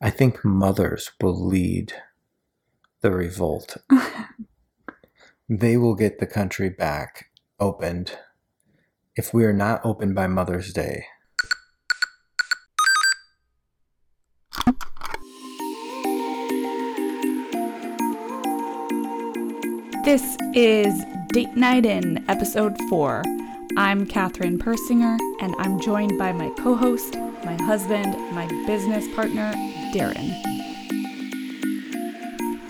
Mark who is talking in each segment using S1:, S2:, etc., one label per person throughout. S1: I think mothers will lead the revolt. they will get the country back opened if we are not open by Mother's Day.
S2: This is Date Night In, Episode 4. I'm Katherine Persinger, and I'm joined by my co host, my husband, my business partner, Darren.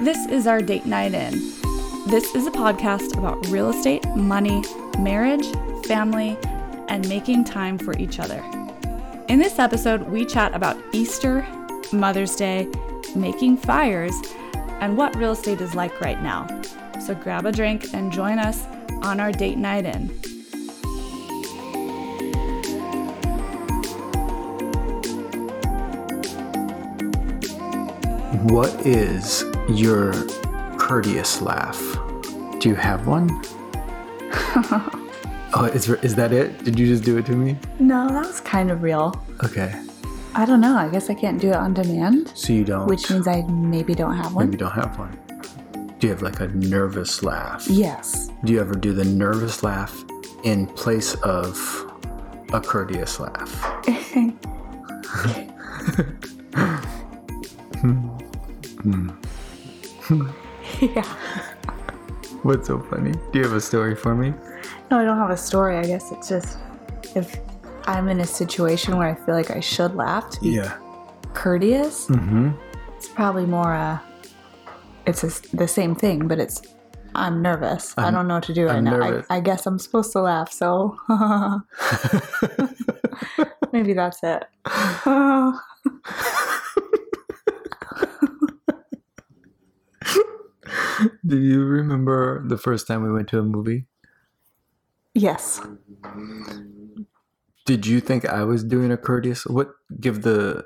S2: This is our Date Night In. This is a podcast about real estate, money, marriage, family, and making time for each other. In this episode, we chat about Easter, Mother's Day, making fires, and what real estate is like right now. So grab a drink and join us on our date night in.
S1: What is your courteous laugh? Do you have one? oh, is, is that it? Did you just do it to me?
S2: No, that was kind of real.
S1: Okay.
S2: I don't know. I guess I can't do it on demand,
S1: So you don't.
S2: which means I maybe don't have one.
S1: Maybe you don't have one. Do you have like a nervous laugh?
S2: Yes.
S1: Do you ever do the nervous laugh in place of a courteous laugh?
S2: yeah.
S1: What's so funny? Do you have a story for me?
S2: No, I don't have a story. I guess it's just if I'm in a situation where I feel like I should laugh to be
S1: Yeah.
S2: courteous,
S1: Mm-hmm.
S2: it's probably more uh it's a s the same thing, but it's I'm nervous. I'm, I do not know what to do right
S1: I'm
S2: now.
S1: nervous.
S2: I, I guess I'm supposed to laugh, so maybe that's it.
S1: Do you remember the first time we went to a movie?
S2: yes.
S1: Did you think I was doing a courteous? What? Give the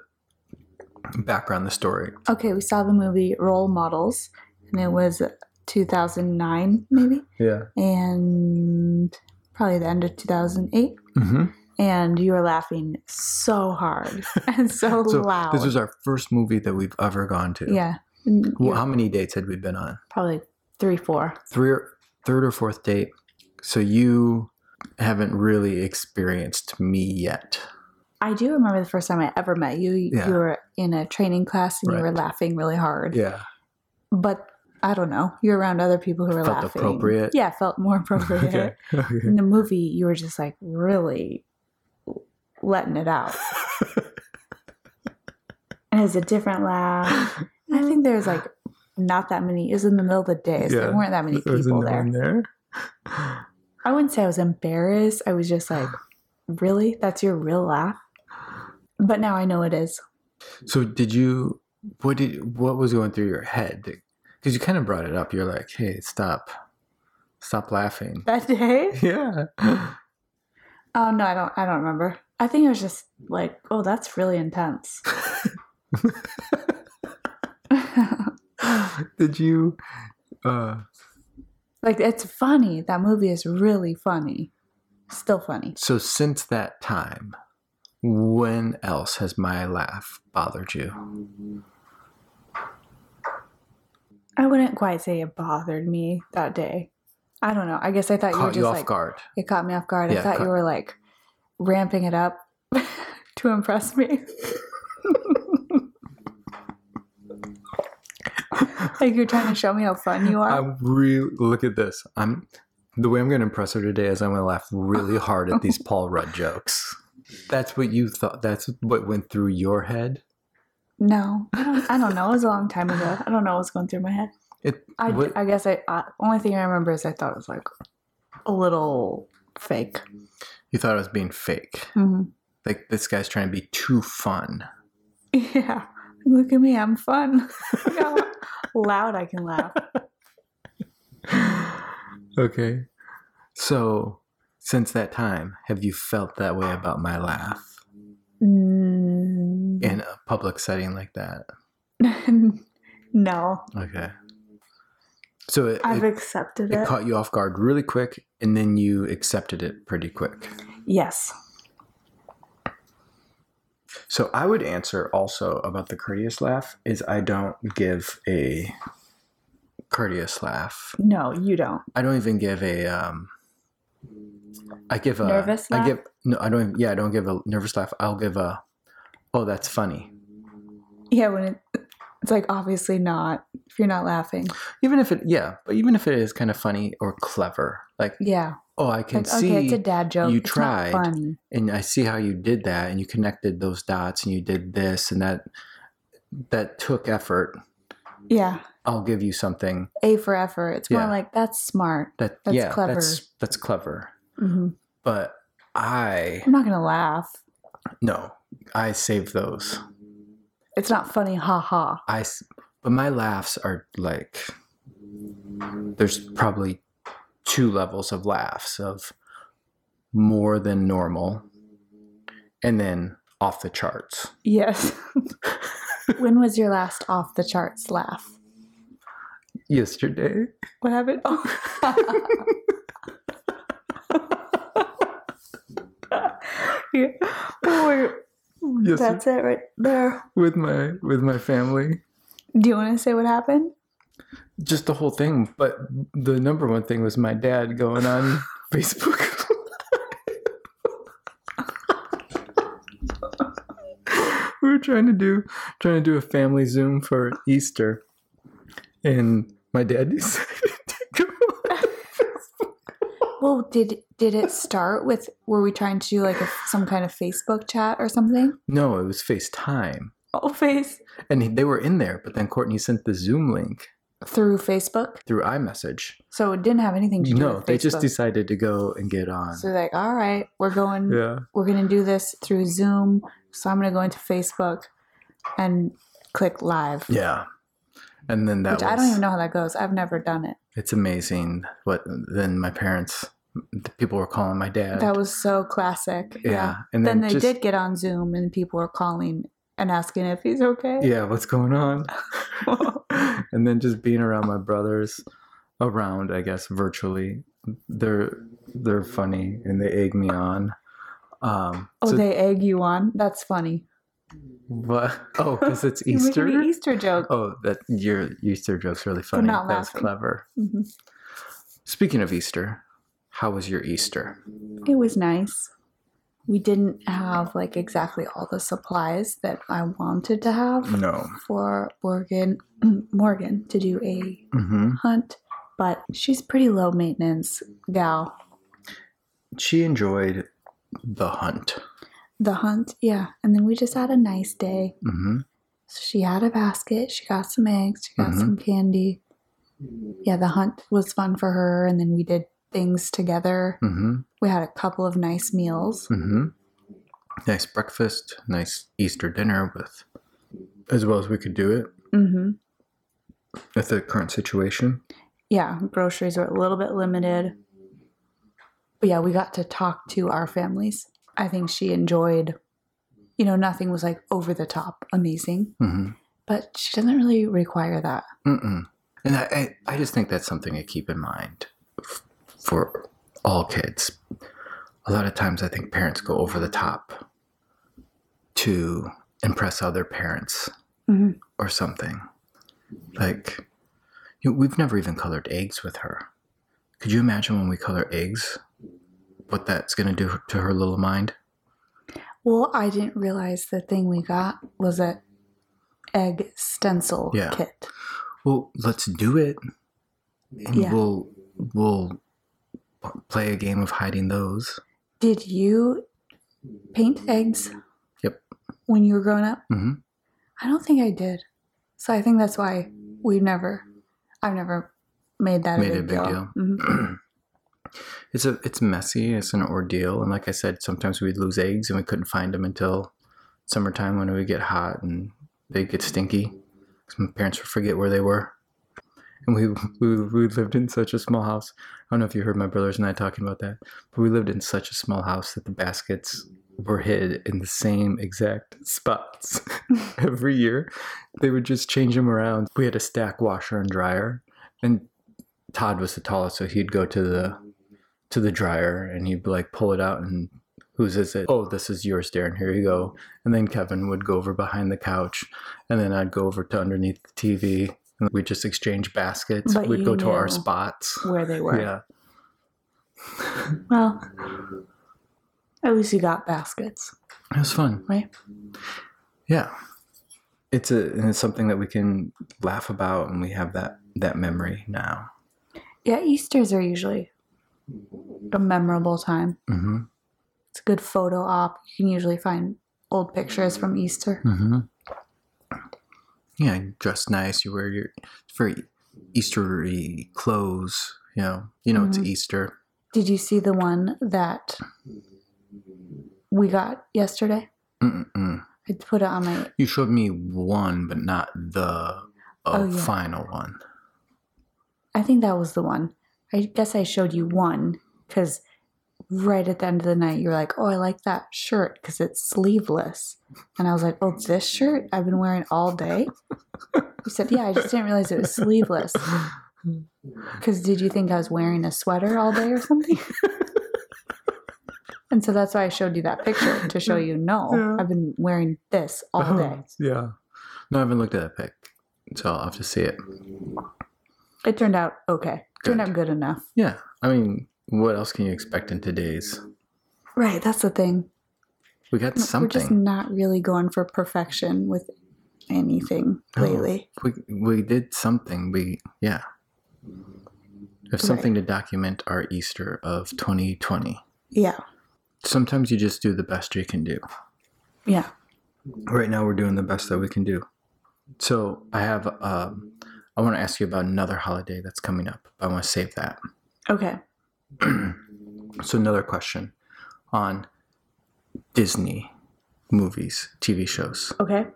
S1: background, the story.
S2: Okay, we saw the movie Role Models, and it was 2009 maybe,
S1: Yeah.
S2: and probably the end of 2008.
S1: Mm-hmm.
S2: and you were laughing so hard and so,
S1: So
S2: loud.
S1: this was our first movie that we've ever gone to.
S2: yeah, Mm,
S1: Well,
S2: yeah,
S1: how many dates had we been on?
S2: probably three, four.
S1: three or third or fourth date so you haven't really experienced me yet
S2: I do remember the first time I ever met you. You
S1: Yeah.
S2: you were in a training class and you were
S1: Right.
S2: laughing really hard.
S1: yeah
S2: But I don't know. You're around other people who were
S1: Felt
S2: laughing.
S1: appropriate.
S2: Yeah, felt more appropriate.
S1: okay
S2: In the movie, you were just like really letting it out. and it was a different laugh. I think there's like not that many. It was in the middle of the day, so there
S1: Yeah.
S2: weren't that many people there.
S1: there
S2: I wouldn't say I was embarrassed. I was just like, really? That's your real laugh? But now I know it is.
S1: so did you what did what was going through your head because you kind of brought it up you're like hey stop stop laughing
S2: That day?
S1: yeah
S2: Oh no, I don't I don't remember. I think I was just like, oh, that's really intense.
S1: did you uh
S2: like it's funny. That movie is really funny. Still funny.
S1: so since that time when else has my laugh bothered you
S2: I wouldn't quite say it bothered me that day. I don't know. I guess I thought you were
S1: caught
S2: just
S1: you off
S2: like
S1: guard
S2: it caught me off guard. I
S1: Yeah,
S2: thought
S1: caught-
S2: you were like ramping it up to impress me. like you're trying to show me how fun you are.
S1: I'm really look at this. I'm the way I'm going to impress her today is I'm going to laugh really hard at these Paul Rudd jokes. That's what you thought. That's what went through your head.
S2: no, I don't, I don't know. It was a long time ago. I don't know what was going through my head.
S1: It.
S2: I,
S1: what-
S2: I guess I, I only thing I remember is I thought it was like a little fake.
S1: you thought I was being fake.
S2: hmm
S1: Like this guy's trying to be too fun.
S2: Yeah, look at me. I'm fun. Look how loud I can laugh.
S1: Okay. So since that time, have you felt that way about my laugh
S2: Mm.
S1: in a public setting like that?
S2: no,
S1: Okay. So it,
S2: I've
S1: it,
S2: accepted
S1: it
S2: it.
S1: caught you off guard really quick, and then you accepted it pretty quick.
S2: yes.
S1: So I would answer also about the courteous laugh is I don't give a courteous laugh.
S2: No, you don't.
S1: I don't even give a um I give a
S2: Nervous laugh?
S1: I give no I don't even, yeah, I don't give a nervous laugh. I'll give a oh that's funny.
S2: Yeah, when it, it's like obviously not if you're not laughing.
S1: Even if it yeah, but even if it is kind of funny or clever. Like,
S2: Yeah,
S1: oh I can
S2: like
S1: see
S2: okay, it's a dad joke.
S1: you
S2: It's not
S1: tried.
S2: funny.
S1: and I see how you did that and you connected those dots and you did this and that that took effort.
S2: Yeah,
S1: I'll give you something
S2: A for effort. It's more
S1: Yeah.
S2: like that's smart.
S1: that
S2: That's
S1: yeah,
S2: clever.
S1: that's that's clever.
S2: hmm
S1: But I
S2: I'm not gonna laugh.
S1: no, I save those.
S2: It's not funny. Ha ha.
S1: I s- but my laughs are like there's probably two levels of laughs of more than normal and then off the charts.
S2: Yes. when was your last off the charts laugh?
S1: Yesterday,
S2: What happened? Oh. Yeah. Oh, wait.
S1: yes,
S2: That's it right there.
S1: with my with my family.
S2: Do you want to say what happened?
S1: Just the whole thing, but the number one thing was my dad going on Facebook. we were trying to do trying to do a family Zoom for Easter, and my dad decided to go. on.
S2: Well, did did it start with were we trying to do like a, some kind of Facebook chat or something?
S1: No, it was FaceTime,
S2: Oh, face
S1: and he- they were in there. But then Courtney sent the Zoom link
S2: through Facebook.
S1: through iMessage.
S2: So it didn't have anything to do
S1: No,
S2: with
S1: they just
S2: Facebook.
S1: decided to go and get on.
S2: So they're like, all right, we're going
S1: Yeah,
S2: we're going to do this through Zoom. So I'm going to go into Facebook and click live.
S1: yeah, and then that
S2: Which
S1: was.
S2: I don't even know how that goes. I've never done it.
S1: It's amazing what then my parents, the people were calling my dad.
S2: That was so classic.
S1: yeah. and
S2: Then,
S1: then,
S2: they
S1: just,
S2: did get on Zoom and people were calling and asking if he's okay.
S1: Yeah, what's going on? and then just being around my brothers, around I guess virtually, they're they're funny and they egg me on. Um,
S2: Oh,
S1: so-
S2: they egg you on. That's funny.
S1: but oh, because it's
S2: You're making
S1: Easter.
S2: an Easter joke.
S1: Oh, that your Easter joke's really funny.
S2: not
S1: that was
S2: laughing.
S1: clever.
S2: Mhm.
S1: Speaking of Easter, how was your Easter?
S2: It was nice. We didn't have like exactly all the supplies that I wanted to have
S1: No.
S2: for Morgan Morgan to do a
S1: hmm
S2: hunt, but she's pretty low maintenance gal.
S1: She enjoyed the hunt.
S2: The hunt, yeah. And then we just had a nice day.
S1: hmm
S2: So she had a basket. She got some eggs. She got
S1: Mhm.
S2: some candy. Yeah, the hunt was fun for her. And then we did things together.
S1: hmm
S2: We had a couple of nice meals.
S1: hmm Nice breakfast, nice Easter dinner with as well as we could do it
S2: Mm-hmm.
S1: at the current situation.
S2: Yeah, groceries were a little bit limited. But yeah, we got to talk to our families. I think she enjoyed, you know, nothing was like over the top amazing,
S1: hmm
S2: but she doesn't really require that.
S1: Mm-mm. And I, I, I just think that's something to keep in mind f- for all kids. A lot of times I think parents go over the top to impress other parents
S2: Mhm.
S1: or something. Like, you we've never even colored eggs with her. Could you imagine when we color eggs, what that's going to do to her little mind?
S2: Well, I didn't realize the thing we got was a egg stencil
S1: Yeah.
S2: kit.
S1: Well, let's do it, and
S2: Yeah.
S1: we'll we'll p- play a game of hiding those.
S2: Did you paint eggs?
S1: Yep.
S2: When you were growing up?
S1: Mhm.
S2: I don't think I did. So I think that's why we've never, I've never made that
S1: Made
S2: a
S1: it
S2: big
S1: a big
S2: deal.
S1: deal.
S2: Mhm.
S1: it's a it's messy. It's an ordeal, and like I said, sometimes we'd lose eggs and we couldn't find them until summertime when it would get hot and they would get stinky. 'Cause My parents would forget where they were, and we, we we lived in such a small house. I don't know if you heard my brothers and I talking about that, but we lived in such a small house that the baskets were hid in the same exact spots every year. They would just change them around. We had a stack washer and dryer, and Todd was the tallest, so he'd go to the to the dryer and he'd like pull it out and whose is it? Oh, this is yours, Darren. Here you go. And then Kevin would go over behind the couch, and then I'd go over to underneath the TV, and we just exchange baskets.
S3: But
S1: We'd
S3: you
S1: go to our
S3: knew.
S1: spots.
S2: where they were.
S1: Yeah,
S2: Well, at least you got baskets,
S1: it was fun.
S2: right?
S1: Yeah, it's a and it's something that we can laugh about, and we have that that memory now.
S2: Yeah, Easter's are usually a memorable time.
S1: hmm
S2: It's a good photo op. You can usually find old pictures from Easter.
S1: hmm Yeah, you dress nice. You wear your it's very Eastery clothes. You know, you know it's
S2: Mhm.
S1: Easter.
S2: Did you see the one that we got yesterday?
S1: Mm-mm.
S2: I put it on my.
S1: You showed me one, but not the uh,
S2: Oh, yeah.
S1: final one.
S2: I think that was the one. I guess I showed you one because right at the end of the night, you were like, "Oh, I like that shirt because it's sleeveless," and I was like, "Oh, this shirt I've been wearing all day." You said, "Yeah, I just didn't realize it was sleeveless." Because did you think I was wearing a sweater all day or something? and so that's why I showed you that picture to show you, no,
S1: Yeah.
S2: I've been wearing this all day.
S1: yeah. No, I haven't looked at that pic, so I'll have to see it.
S2: It turned out okay. Turned
S1: Good.
S2: out Oh. good enough.
S1: Yeah, I mean, what else can you expect in today's?
S2: Right, that's the thing.
S1: We got
S2: We're just
S1: something.
S2: not really going for perfection with anything
S1: No.
S2: lately.
S1: We we did something. We yeah. We have something to document our Easter of 2020.
S2: Yeah.
S1: Sometimes you just do the best you can do.
S2: Yeah.
S1: right now we're doing the best that we can do so i have um, i want to ask you about another holiday that's coming up i want to save that
S2: Okay.
S1: so another question on disney movies tv shows
S2: Okay.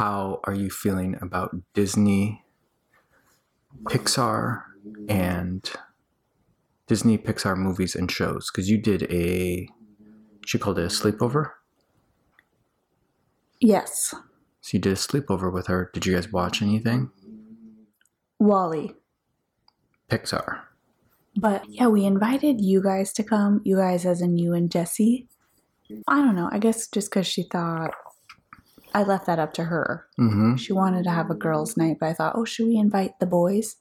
S1: how are you feeling about disney pixar and disney pixar movies and shows because you did a she called it a sleepover
S2: Yes.
S1: so you did a sleepover with her did you guys watch anything
S2: Wally.
S1: pixar
S2: But yeah, we invited you guys to come. You guys, as in you and Jesse. I don't know. I guess just because she thought I left that up to her.
S1: Mm-hmm.
S2: She wanted to have a girls' night, but I thought, oh, should we invite the boys?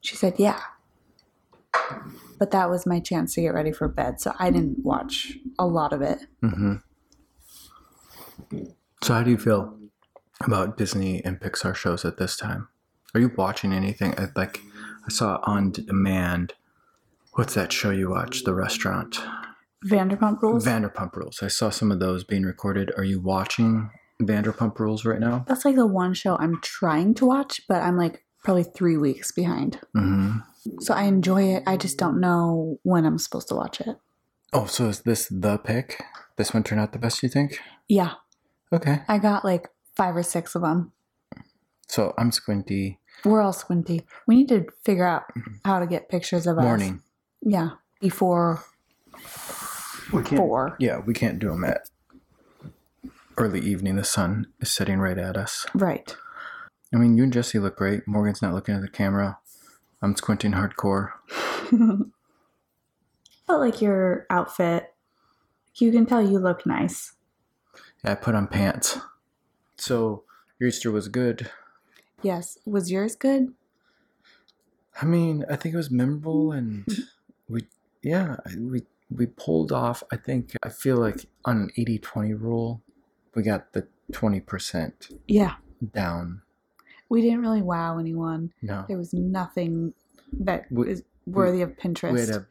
S2: She said, yeah. But that was my chance to get ready for bed, so I didn't watch a lot of it.
S1: Mm-hmm. So, how do you feel about Disney and Pixar shows at this time? Are you watching anything? I- Like, I saw on demand. What's that show you watch? The restaurant
S2: Vanderpump Rules.
S1: Vanderpump Rules. I saw some of those being recorded. Are you watching Vanderpump Rules right now?
S2: That's like the one show I'm trying to watch, but I'm like probably three weeks behind.
S1: Mm-hmm.
S2: So I enjoy it. I just don't know when I'm supposed to watch it.
S1: Oh, so is this the pick? This one turned out the best, you think?
S2: Yeah,
S1: Okay.
S2: I got like five or six of them.
S1: So I'm squinty.
S2: We're all squinty. We need to figure out how to get pictures of us.
S1: Mm-hmm. Morning.
S2: Yeah, before
S1: We can't
S2: four.
S1: Yeah, we can't do them at early evening. The sun is setting right at us.
S2: Right.
S1: I mean, you and Jesse look great. Morgan's not looking at the camera. I'm squinting hardcore.
S2: but like your outfit, you can tell you look nice.
S1: I put on pants. So your Easter was good.
S2: Yes. Was yours good?
S1: I mean, I think it was memorable, and we, yeah, I- we we pulled off. I think I feel like on an 80-20 rule, we got the 20%
S2: Yeah.
S1: down.
S2: We didn't really wow anyone.
S1: No,
S2: There was nothing that is
S1: We-
S2: worthy of
S1: we had
S2: Pinterest.
S1: a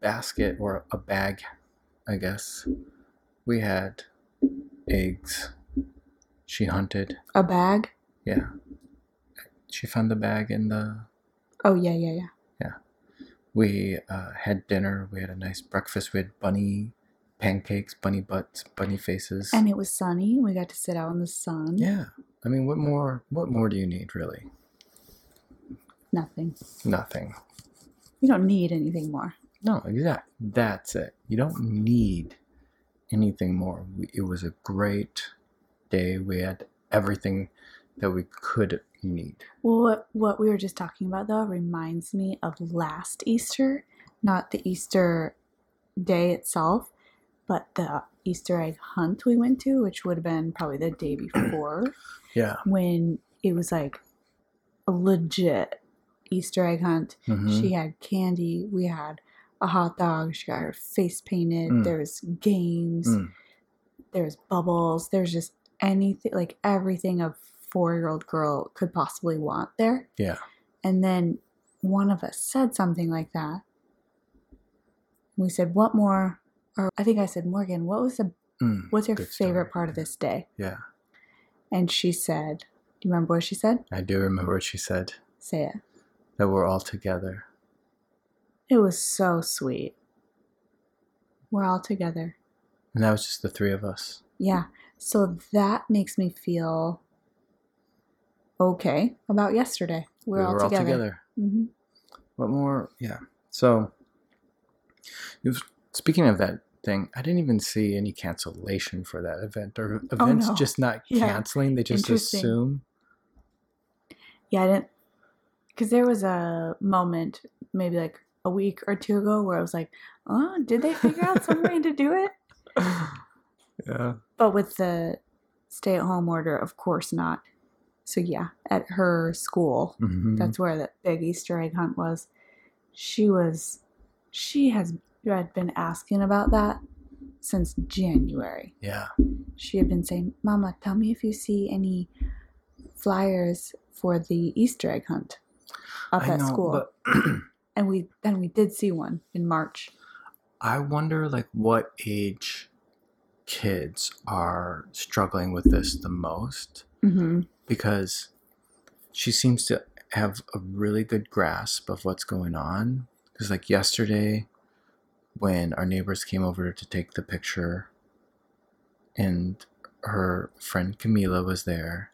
S1: basket or a bag, I guess. We had eggs. She hunted.
S2: A-, bag?
S1: Yeah. She found the bag in the.
S2: Oh yeah, yeah, yeah.
S1: We uh, had dinner. We had a nice breakfast. We had bunny pancakes, bunny butts, bunny faces.
S2: And it was sunny. We got to sit out in the sun.
S1: yeah. I mean, what more? What more do you need, really?
S2: Nothing.
S1: Nothing.
S2: You don't need anything more.
S1: No, exact. That's it. You don't need anything more. We, it was a great day. We had everything that we could need.
S2: Well, what, what we were just talking about though reminds me of last Easter, not the Easter day itself, but the Easter egg hunt we went to, which would have been probably the day before,
S1: Yeah.
S2: when it was like a legit Easter egg hunt.
S1: Mhm.
S2: She had candy. We had a hot dog. She got her face painted.
S1: Mm.
S2: There was games.
S1: Mm.
S2: There was bubbles. There's just anything, like everything a four year old girl could possibly want there.
S1: Yeah.
S2: And then one of us said something like that. We said, "What more?" Or I think I said, "Morgan, what was the
S1: Mm.
S2: what's your
S1: Good
S2: favorite
S1: story.
S2: part of this day?"
S1: Yeah.
S2: And she said, "Do you remember what she said?
S1: I do remember what she said
S2: Say it."
S1: that we're all together.
S2: It was so sweet. We're all together.
S1: And that was just the three of us.
S2: Yeah. So that makes me feel okay about yesterday. We're,
S1: we
S2: all,
S1: were
S2: together.
S1: all together.
S2: hmm
S1: What more? Yeah. So, it was- speaking of that thing, I didn't even see any cancellation for that event. Or events
S2: Oh, no.
S1: just not
S2: Yeah.
S1: canceling, they just
S2: Interesting.
S1: assume.
S2: Yeah, I didn't. Because there was a moment, maybe like a week or two ago, where I was like, oh, did they figure out some way to do it?
S1: yeah.
S2: But with the stay at home order, of course not. So, yeah, at her school,
S1: Mhm.
S2: That's where that big Easter egg hunt was. She was, she has had been asking about that since January.
S1: yeah.
S2: She had been saying, Mama, tell me if you see any flyers for the Easter egg hunt up
S1: I
S2: at
S1: know,
S2: school.
S1: But
S2: and we then we did see one in March.
S1: I wonder, like, what age kids are struggling with this the most
S2: Mm-hmm.
S1: because she seems to have a really good grasp of what's going on. Because, like, yesterday when our neighbors came over to take the picture, and her friend Camila was there,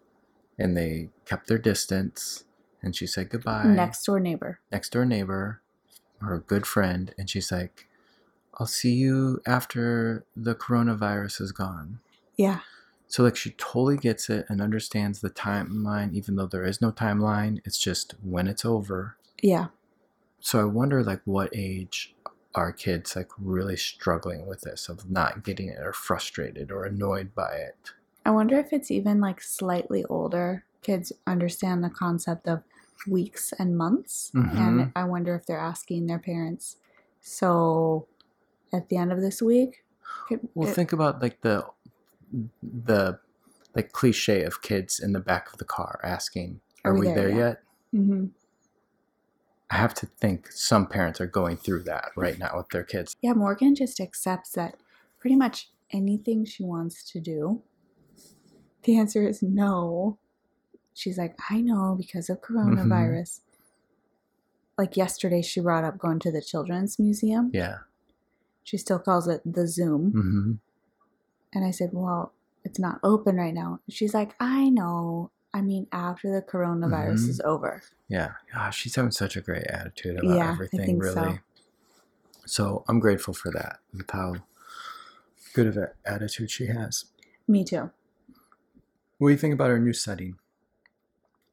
S1: and they kept their distance, and she said goodbye
S2: Next door neighbor.
S1: next door neighbor, her good friend, and she's like, I'll see you after the coronavirus is gone.
S2: Yeah.
S1: So, like, she totally gets it and understands the timeline, even though there is no timeline. It's just when it's over.
S2: Yeah.
S1: So, I wonder, like, what age are kids, like, really struggling with this of not getting it or frustrated or annoyed by it?
S2: I wonder if it's even like slightly older kids understand the concept of weeks and months. And
S1: Mhm.
S2: I wonder if they're asking their parents. So at the end of this week, could,
S1: Well,
S2: it-
S1: think about, like, the, the, like cliche of kids in the back of the car asking, "Are, we there, yet?
S2: Mhm.
S1: I have to think some parents are going through that right now with their kids.
S2: yeah, Morgan just accepts that pretty much anything she wants to do, the answer is no. She's like, I know because of
S1: Mm-hmm.
S2: coronavirus. Like yesterday, she brought up going to the Children's Museum.
S1: Yeah.
S2: She still calls it the Zoom.
S1: Mm-hmm.
S2: And I said, Well, it's not open right now. She's like, I know. I mean, after the coronavirus
S1: Mhm.
S2: is over.
S1: Yeah. Gosh, she's having such a great attitude about
S2: Yeah, I
S1: everything,
S2: think so.
S1: really. So. I'm grateful for that with how good of an attitude she has.
S2: Me too.
S1: What do you think about our new setting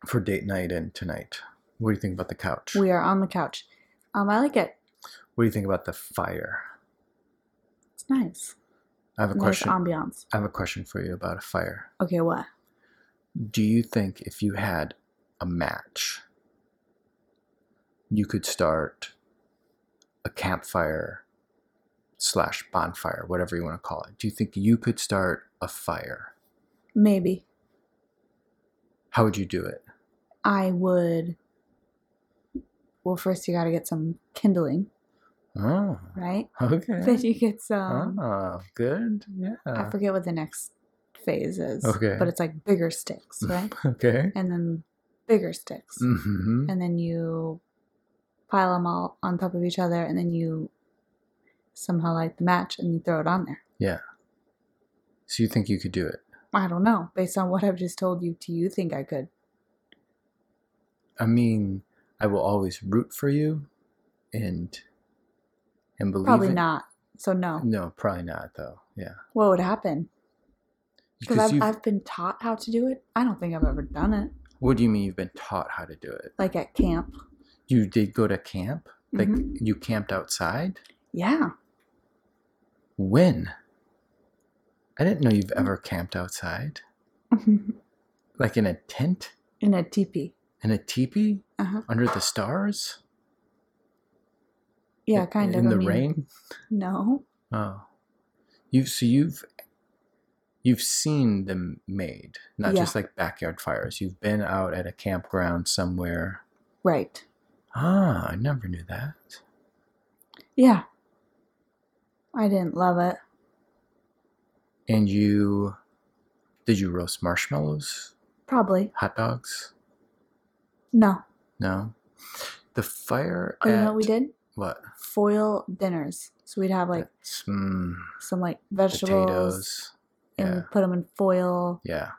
S1: for date night and tonight? What do you think about the couch?
S2: We are on the couch. Um, I like it.
S1: what do you think about the fire?
S2: It's nice.
S1: I have a
S2: Nice
S1: question.
S2: ambiance.
S1: I have a question for you about a fire.
S2: Okay, what?
S1: Do you think if you had a match, you could start a campfire slash bonfire, whatever you want to call it? Do you think you could start a fire?
S2: Maybe
S1: How would you do it?
S2: I would. Well, first you got to get some kindling,
S1: Oh,
S2: right? Then
S1: okay.
S2: you get some.
S1: Oh, good.
S2: I
S1: Yeah.
S2: forget what the next phase is.
S1: Ah. Okay.
S2: But it's like bigger sticks, right?
S1: Okay.
S2: and then bigger sticks.
S1: Mm-hmm.
S2: and then you pile them all on top of each other, and then you somehow light the match and you throw it on there.
S1: So you think you could do it?
S2: I don't know. Based on what I've just told you, do you think I could?
S1: I mean, I will always root for you, and and believe
S2: Probably
S1: in-
S2: not. So no.
S1: No, probably not though. Yeah.
S2: What would happen? Because I've,
S1: you've-
S2: I've been taught how to do it. I don't think I've ever done it.
S1: What do you mean you've been taught how to do it?
S2: Like at camp.
S1: You did go to camp? Like
S2: Mhm.
S1: you camped outside?
S2: Yeah.
S1: When? I didn't know
S2: Mm.
S1: you've ever camped outside,
S2: in
S1: like in a tent,
S2: a teepee.
S1: in a teepee,
S2: Uh-huh.
S1: under the stars.
S2: Yeah,
S1: In-
S2: kind of.
S1: in
S2: I
S1: the
S2: mean,
S1: rain.
S2: No.
S1: Oh, you so you've you've seen them made, not
S2: Yeah.
S1: just like backyard fires. You've been out at a campground somewhere.
S2: Right.
S1: Ah, I never knew that.
S2: Yeah. I didn't love it.
S1: And you did you roast marshmallows,
S2: Probably.
S1: hot dogs?
S2: No.
S1: No. The fire.
S2: Oh, you know what we
S1: at-
S2: did?
S1: What?
S2: Foil dinners. So we'd have like
S1: That's- mm,
S2: some like vegetables
S1: potatoes.
S2: and
S1: Yeah,
S2: we put them in foil.
S1: yeah.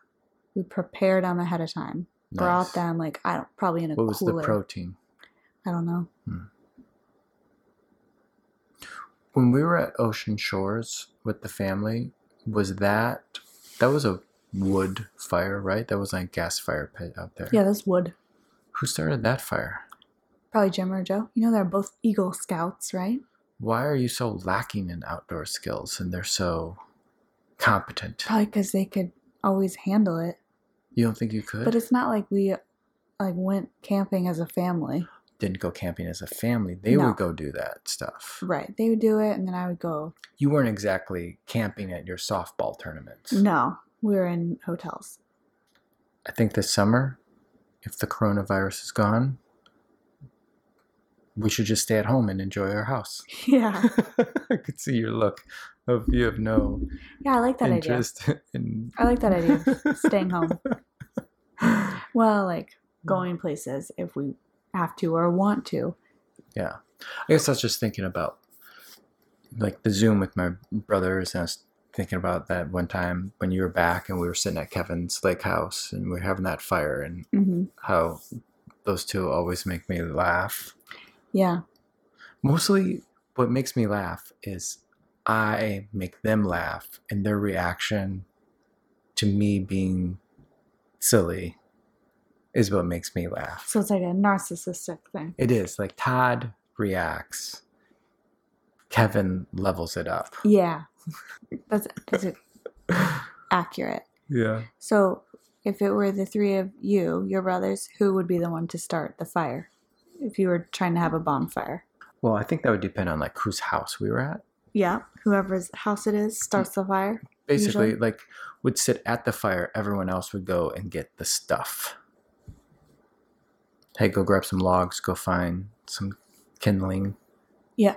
S2: We prepared them ahead of time.
S1: nice.
S2: Brought them like I don't probably in a
S1: What was
S2: cooler.
S1: the protein?
S2: I don't know.
S1: When we were at Ocean Shores with the family, was that that was a wood fire, right? That was like a gas fire pit out there.
S2: Yeah, that's wood.
S1: Who started that fire?
S2: Probably Jim or Joe. You know they're both Eagle Scouts, right?
S1: Why are you so lacking in outdoor skills and they're so competent?
S2: Probably because they could always handle it.
S1: You don't think you could?
S2: But it's not like we like went camping as a family.
S1: Didn't go camping as a family. They
S2: No.
S1: would go do that stuff.
S2: Right. They would do it and then I would go.
S1: You weren't exactly camping at your softball tournaments.
S2: No. We were in hotels.
S1: I think this summer, if the coronavirus is gone, we should just stay at home and enjoy our house.
S2: Yeah.
S1: I could see your look of you have no
S2: Yeah, I like that idea.
S1: interest in
S2: I like that idea. Staying home. Well, like going places if we have to or want to.
S1: Yeah. I guess I was just thinking about like the Zoom with my brothers, and I was thinking about that one time when you were back and we were sitting at Kevin's lake house and we were having that fire, and
S2: hmm
S1: how those two always make me laugh.
S2: Yeah.
S1: Mostly what makes me laugh is I make them laugh, and their reaction to me being silly is what makes me laugh.
S2: So it's like a narcissistic thing.
S1: It is like Todd reacts. Kevin levels it up.
S2: Yeah. That's, that's accurate.
S1: Yeah.
S2: So if it were the three of you, your brothers, who would be the one to start the fire? If you were trying to have a bonfire.
S1: Well, I think that would depend on like whose house we were at.
S2: Yeah. Whoever's house it is starts the fire.
S1: Basically,
S2: Usually.
S1: like would sit at the fire. Everyone else would go and get the stuff. Hey, go grab some logs. Go find some kindling.
S2: Yeah.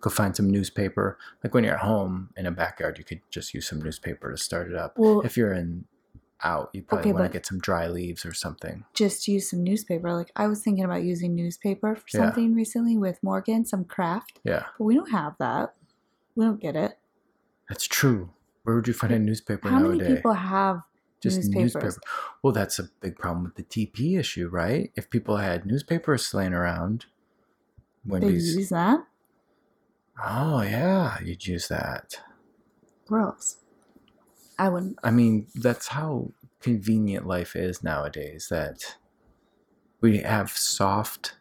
S1: Go find some newspaper. Like when you're at home in a backyard, you could just use some newspaper to start it up.
S2: Well,
S1: If you're in out, you probably
S2: Okay,
S1: want
S2: but-
S1: to get some dry leaves or something.
S2: just use some newspaper. Like I was thinking about using newspaper for
S1: Yeah.
S2: something recently with Morgan, some craft,
S1: Yeah.
S2: but we don't have that. We don't get it.
S1: That's true. Where would you find a newspaper
S2: How many
S1: nowadays?
S2: people have newspapers?
S1: Well, that's a big problem with the TP issue, right? If people had newspapers laying around,
S2: they
S1: Wendy's.
S2: use that?
S1: Oh yeah, you'd use that.
S2: Gross. I wouldn't.
S1: I mean, that's how convenient life is nowadays. That we have soft,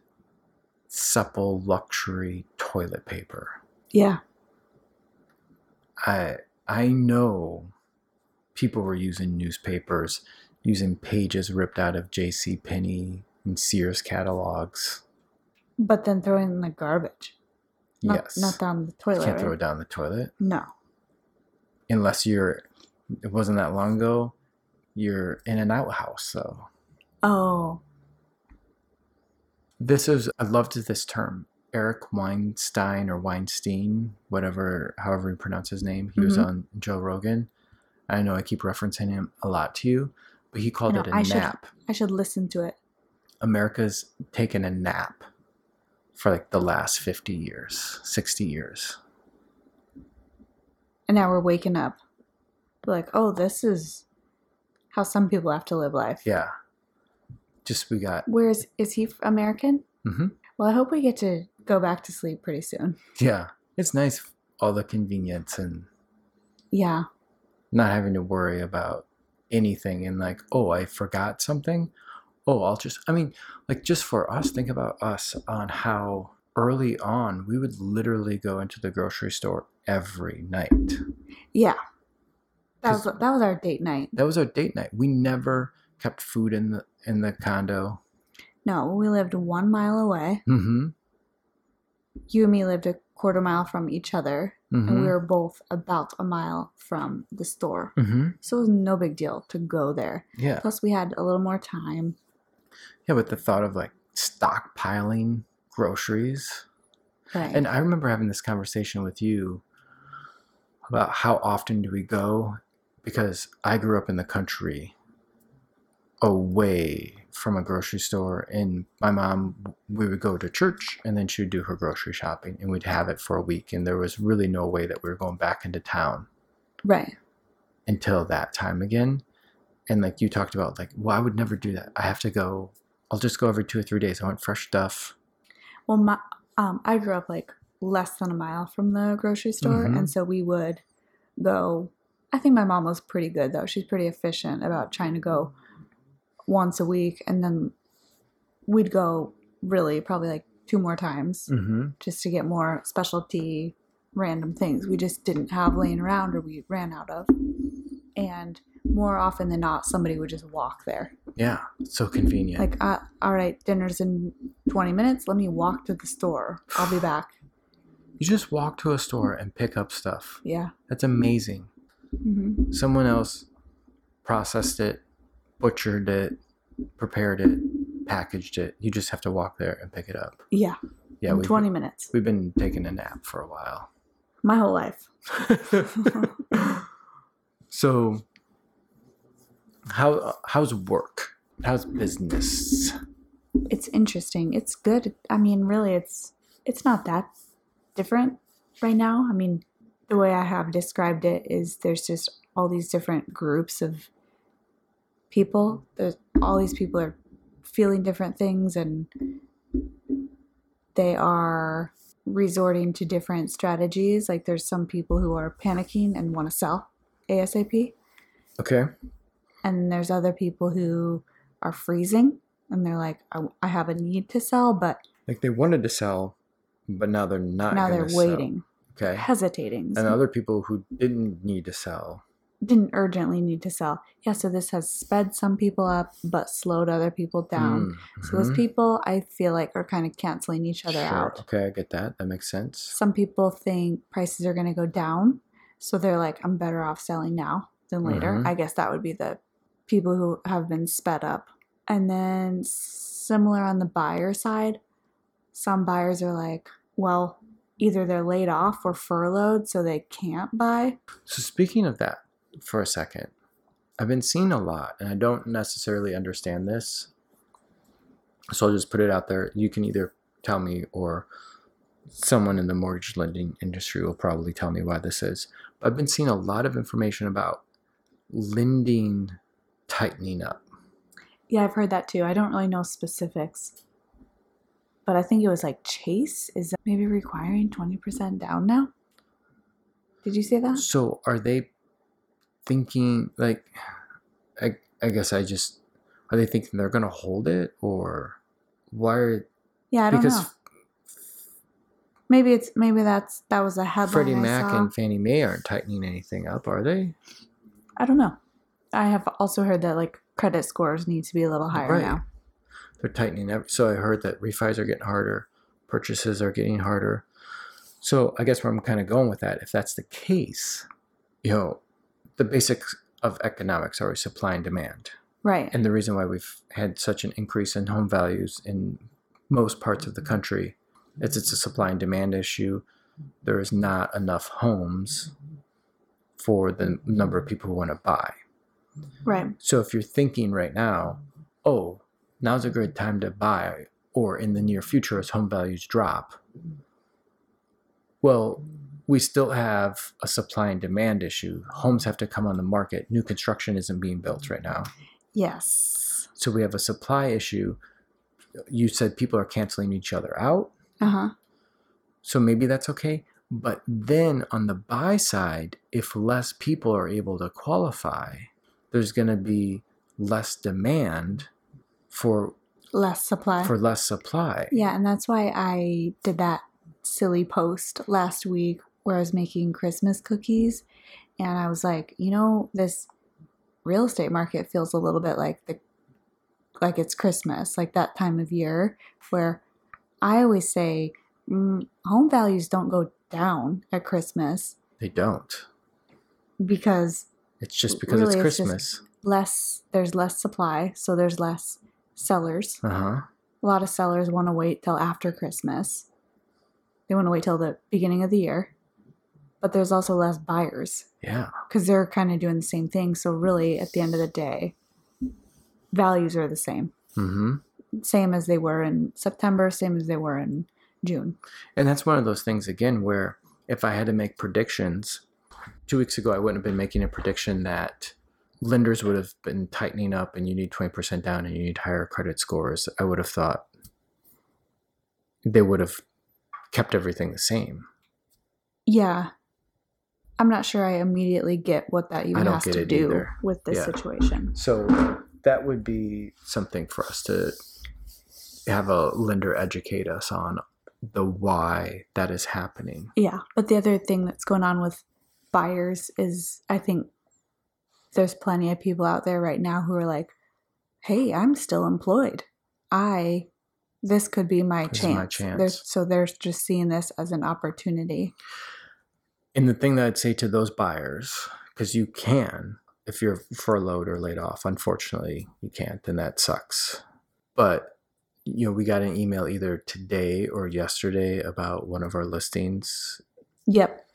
S1: supple, luxury toilet paper.
S2: Yeah.
S1: I I know people were using newspapers, using pages ripped out of J.C. Penney and Sears catalogs.
S2: But then throw it in the garbage. Not,
S1: yes,
S2: Not down the
S1: you
S2: toilet.
S1: can't throw
S2: right?
S1: it down the toilet
S2: No.
S1: unless you're. It wasn't that long ago. You're in an outhouse, so
S2: Oh.
S1: this is. I loved this term, Eric Weinstein or Weinstein, whatever, however you pronounce his name. He was
S2: Mhm.
S1: on Joe Rogan. I know I keep referencing him a lot to you, but he called
S2: know,
S1: it a
S2: I should-
S1: nap.
S2: I should listen to it.
S1: America's taken a nap for like the last 50 years, 60 years.
S2: And now we're waking up. We're like, oh, this is how some people have to live life.
S1: Yeah. Just we got,
S2: Where is is he f- American?
S1: Mhm.
S2: Well, I hope we get to go back to sleep pretty soon.
S1: yeah, it's nice all the convenience and
S2: Yeah.
S1: not having to worry about anything and like, oh, I forgot something. Oh, I'll just, I mean, like just for us, think about us on how early on we would literally go into the grocery store every night.
S2: Yeah. That was that was our date night.
S1: That was our date night. We never kept food in the in the condo.
S2: No, we lived one mile away.
S1: Mm-hmm.
S2: You and me lived a quarter mile from each other, and
S1: Mm-hmm.
S2: we were both about a mile from the store.
S1: Mm-hmm.
S2: So it was no big deal to go there.
S1: Yeah.
S2: Plus, we had a little more time.
S1: Yeah, but the thought of like stockpiling groceries.
S2: Right.
S1: And I remember having this conversation with you about how often do we go because I grew up in the country away from a grocery store and my mom we would go to church and then she would do her grocery shopping and we'd have it for a week and there was really no way that we were going back into town
S2: right.
S1: until that time again. And like you talked about, like, well, I would never do that. I have to go. I'll just go every two or three days. I want fresh stuff.
S2: Well, my um, I grew up like less than a mile from the grocery store,
S1: Mhm.
S2: and so we would go. I think my mom was pretty good though. She's pretty efficient about trying to go once a week, and then we'd go really probably like two more times
S1: Mm-hmm.
S2: just to get more specialty random things we just didn't have laying around or we ran out of. And more often than not, somebody would just walk there.
S1: Yeah, so convenient.
S2: Like, uh, all right, dinner's in 20 minutes. Let me walk to the store. I'll be back.
S1: you just walk to a store and pick up stuff.
S2: Yeah.
S1: That's amazing.
S2: Mm-hmm.
S1: Someone else processed it, butchered it, prepared it, packaged it. You just have to walk there and pick it up.
S2: Yeah.
S1: Yeah,
S2: in
S1: we've,
S2: 20 minutes.
S1: we've been taking a nap for a while.
S2: My whole life.
S1: so how how's work how's business
S2: It's interesting. It's good. I mean, really, it's it's not that different right now. I mean, the way I have described it is there's just all these different groups of people. There's all these people are feeling different things and they are resorting to different strategies. Like there's some people who are panicking and want to sell ASAP.
S1: okay
S2: and then there's other people who are freezing and they're like I, I have a need to sell but
S1: like they wanted to sell but now they're not
S2: now
S1: gonna
S2: they're
S1: sell.
S2: waiting
S1: okay
S2: hesitating
S1: and
S2: so
S1: other people who didn't need to sell
S2: didn't urgently need to sell yeah so this has sped some people up but slowed other people down so those
S1: Mhm.
S2: people i feel like are kind of canceling each other
S1: Sure,
S2: out
S1: okay i get that that makes sense
S2: some people think prices are going to go down so they're like i'm better off selling now than later
S1: Mhm.
S2: i guess that would be the people who have been sped up and then similar on the buyer side some buyers are like well either they're laid off or furloughed so they can't buy
S1: so speaking of that for a second i've been seeing a lot and i don't necessarily understand this so i'll just put it out there you can either tell me or someone in the mortgage lending industry will probably tell me why this is. But I've been seeing a lot of information about lending tightening up.
S2: yeah i've heard that too i don't really know specifics but i think it was like chase is maybe requiring 20% down now did you see that
S1: So are they thinking like I I guess I just are they thinking they're gonna hold it or why are
S2: yeah i don't
S1: because
S2: know Maybe it's maybe that's that was a headline
S1: Freddie
S2: I
S1: Mac
S2: saw.
S1: and Fannie Mae aren't tightening anything up, are they?
S2: I don't know. I have also heard that like credit scores need to be a little higher
S1: Right.
S2: now.
S1: they're tightening up. So I heard that refis are getting harder, purchases are getting harder. So I guess where I'm kind of going with that, if that's the case, you know, the basics of economics are supply and demand.
S2: Right.
S1: And the reason why we've had such an increase in home values in most parts of the country is it's a supply and demand issue. There is not enough homes for the number of people who want to buy.
S2: right.
S1: So if you're thinking right now, oh, now's a good time to buy, or in the near future as home values drop, well, we still have a supply and demand issue. Homes have to come on the market. New construction isn't being built right now.
S2: Yes.
S1: So we have a supply issue. You said people are canceling each other out.
S2: Uh huh.
S1: So maybe that's okay. But then on the buy side, if less people are able to qualify, there's going to be less demand for
S2: Less supply.
S1: for less supply.
S2: yeah, and that's why I did that silly post last week where I was making Christmas cookies, and I was like, you know, this real estate market feels a little bit like the like it's Christmas, like that time of year where I always say mm, home values don't go down at Christmas
S1: They don't.
S2: because
S1: It's just because it's
S2: Really, it's just-
S1: Christmas.
S2: less there's less supply, so there's less sellers.
S1: Uh huh.
S2: A lot of sellers want to wait till after Christmas. They want to wait till the beginning of the year. But there's also less buyers
S1: Yeah.
S2: because they're kind of doing the same thing. So, really, at the end of the day, values are the same.
S1: Mm hmm.
S2: Same as they were in September, same as they were in June.
S1: And that's one of those things again where if I had to make predictions, two weeks ago I wouldn't have been making a prediction that lenders would have been tightening up and you need 20% down and you need higher credit scores. I would have thought they would have kept everything the same.
S2: Yeah. I'm not sure I immediately get what that even
S1: don't
S2: has
S1: get
S2: to
S1: it
S2: do
S1: either.
S2: with this
S1: Yeah.
S2: situation.
S1: So that would be something for us to have a lender educate us on the why that is happening.
S2: Yeah. But the other thing that's going on with buyers is I think there's plenty of people out there right now who are like, hey, I'm still employed. I, this could be my
S1: This is my
S2: chance.
S1: chance.
S2: They're- so they're just seeing this as an opportunity.
S1: And the thing that I'd say to those buyers, because you can, if you're furloughed or laid off, unfortunately, you can't, and that sucks. But, you know, we got an email either today or yesterday about one of our listings.
S2: Yep.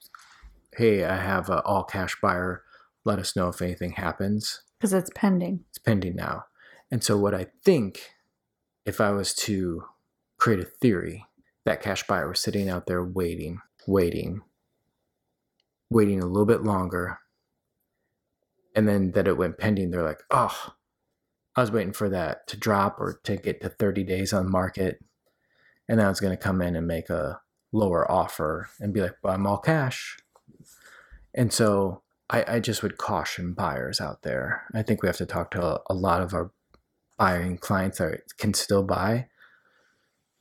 S1: Hey, I have an all cash buyer. Let us know if anything happens.
S2: Because it's pending.
S1: It's pending now. And so, what I think, if I was to create a theory, that cash buyer was sitting out there waiting, waiting, waiting a little bit longer. And then that it went pending, they're like, oh, I was waiting for that to drop or to get to 30 days on market. And then I was going to come in and make a lower offer and be like, well, I'm all cash. And so I, I just would caution buyers out there. I think we have to talk to a, a lot of our buying clients that can still buy.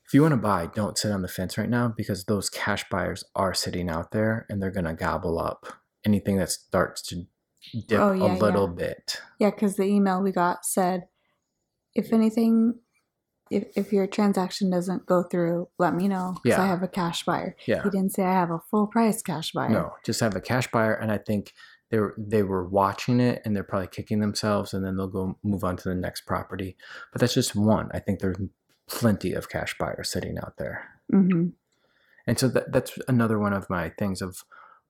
S1: If you want to buy, don't sit on the fence right now because those cash buyers are sitting out there and they're going to gobble up anything that starts to dip
S2: Oh,
S1: a
S2: yeah,
S1: little bit.
S2: Yeah, because the email we got said, if anything, if, if your transaction doesn't go through, let me know because
S1: Yeah.
S2: I have a cash buyer.
S1: Yeah.
S2: He didn't say I have a full price cash buyer.
S1: No, just have a cash buyer. And I think they were, they were watching it and they're probably kicking themselves and then they'll go move on to the next property. But that's just one. I think there's plenty of cash buyers sitting out there.
S2: hmm
S1: And so that, that's another one of my things of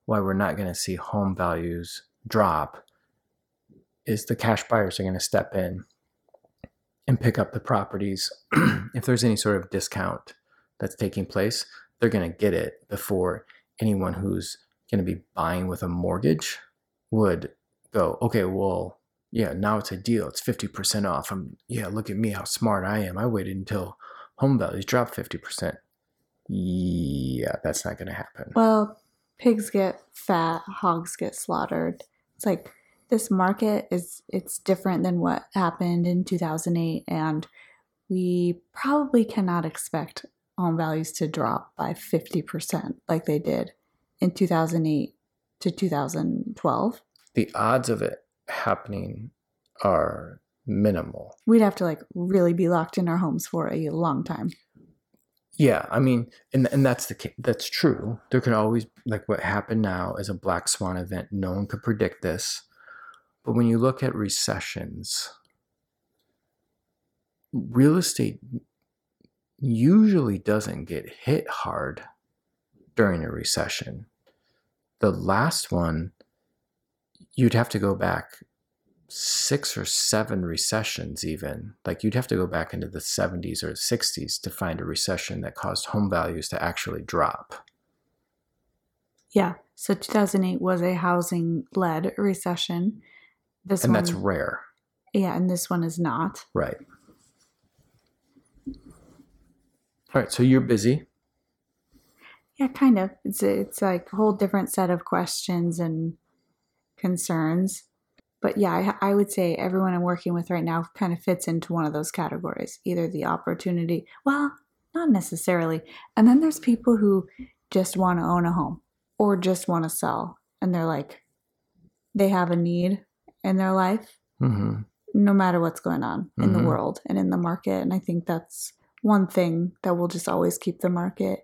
S1: why we're not going to see home values drop is the cash buyers are going to step in and pick up the properties. if there's any sort of discount that's taking place, they're going to get it before anyone who's going to be buying with a mortgage would go, okay, well, yeah, now it's a deal. It's 50% off. I'm, yeah, look at me, how smart I am. I waited until home values dropped 50%. Yeah, that's not going to happen.
S2: Well, pigs get fat, hogs get slaughtered. It's like this market is it's different than what happened in 2008 and we probably cannot expect home values to drop by 50% like they did in 2008 to 2012.
S1: the odds of it happening are minimal.
S2: We'd have to like really be locked in our homes for a long time.
S1: Yeah, I mean, and and that's the ca- that's true. There could always like what happened now is a black swan event. No one could predict this, but when you look at recessions, real estate usually doesn't get hit hard during a recession. The last one, you'd have to go back six or seven recessions, even. Like you'd have to go back into the 70s or 60s to find a recession that caused home values to actually drop.
S2: Yeah. So 2008 was a housing led recession. This
S1: and
S2: one,
S1: that's rare,
S2: yeah, and this one is not.
S1: right? All right, so you're busy.
S2: Yeah, kind of. It's it's like a whole different set of questions and concerns. But yeah, I, I would say everyone I'm working with right now kind of fits into one of those categories. Either the opportunity, well, not necessarily. And then there's people who just want to own a home. or just want to sell and they're like they have a need in their life
S1: Mm-hmm.
S2: no matter what's going on in the
S1: Mhm.
S2: world and in the market. And I think that's one thing that will just always keep the market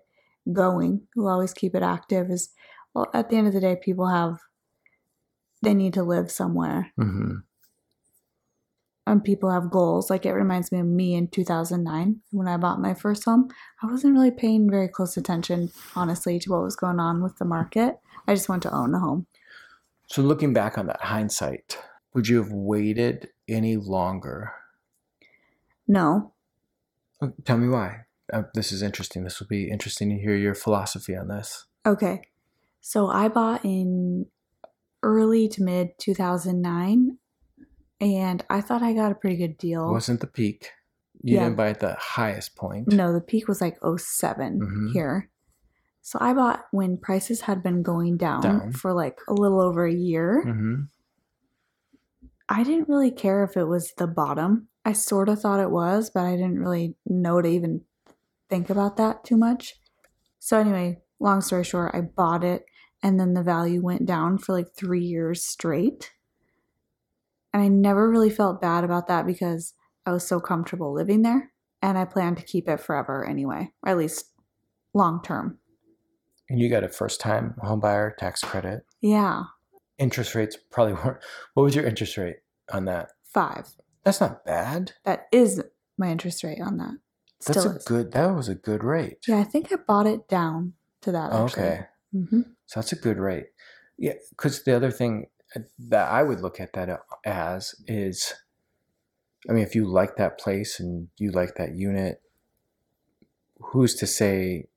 S2: going, will always keep it active is well, at the end of the day, people have, they need to live somewhere
S1: Mm-hmm.
S2: and people have goals. Like it reminds me of me in 2009 when I bought my first home. I wasn't really paying very close attention, honestly, to what was going on with the market. I just wanted to own a home.
S1: So looking back on that hindsight, would you have waited any longer?
S2: No,
S1: Uh, Tell me why. Uh, this is interesting. This will be interesting to hear your philosophy on this.
S2: Okay. So I bought in early to mid 2009 and I thought I got a pretty good deal.
S1: Wasn't the peak. You
S2: Yeah.
S1: didn't buy at the highest point.
S2: no, the peak was like 7
S1: Mhm.
S2: here. So I bought when prices had been going down,
S1: Down.
S2: for like a little over a year.
S1: Mm-hmm.
S2: I didn't really care if it was the bottom. I sort of thought it was, but I didn't really know to even think about that too much. So, anyway, long story short, I bought it and then the value went down for like three years straight. And I never really felt bad about that because I was so comfortable living there and I planned to keep it forever anyway, or at least long term.
S1: And you got a first time home buyer tax credit.
S2: Yeah,
S1: Interest rates probably weren't. What was your interest rate on that?
S2: five.
S1: That's not bad.
S2: That is my interest rate on that.
S1: That's
S2: Still
S1: a
S2: is.
S1: good. That was a good rate.
S2: Yeah, I think I bought it down to that. Actually.
S1: Oh, Okay.
S2: hmm
S1: So that's a good rate. Yeah, because the other thing uh, that I would look at that uh, as is, I mean, if you like that place and you like that unit, who's to say?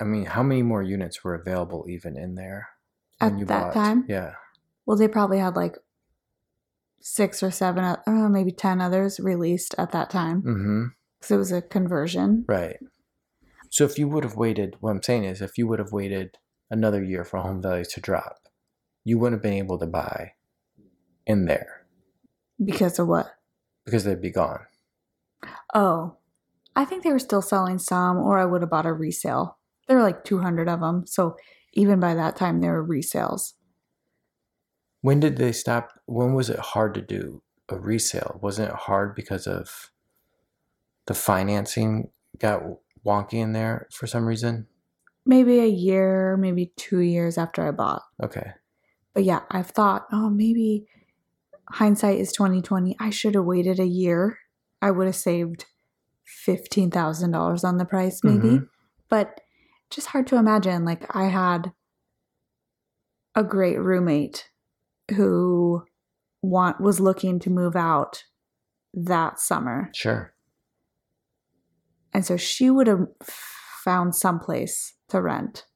S1: I mean, how many more units were available even in there
S2: At that time?
S1: Yeah,
S2: Well, they probably had like six or seven, o- uh, maybe ten others released at that time
S1: mm-hmm.
S2: because it was a conversion.
S1: right. So if you would have waited, what I'm saying is, if you would have waited another year for home values to drop, you wouldn't have been able to buy in there
S2: Because of what?
S1: because they'd be gone.
S2: Oh, I think they were still selling some, or I would have bought a resale. There were like two hundred of them, so even by that time, there were resales.
S1: When did they stop? When was it hard to do a resale? Wasn't it hard because of the financing got wonky in there for some reason?
S2: Maybe a year, maybe two years after I bought.
S1: Okay.
S2: But yeah, I've thought, oh, maybe hindsight is twenty twenty. I should have waited a year. I would have saved fifteen thousand dollars on the price, maybe.
S1: Mhm.
S2: But just hard to imagine. Like I had a great roommate who want was looking to move out that summer,
S1: Sure.
S2: and so she would have found someplace to rent.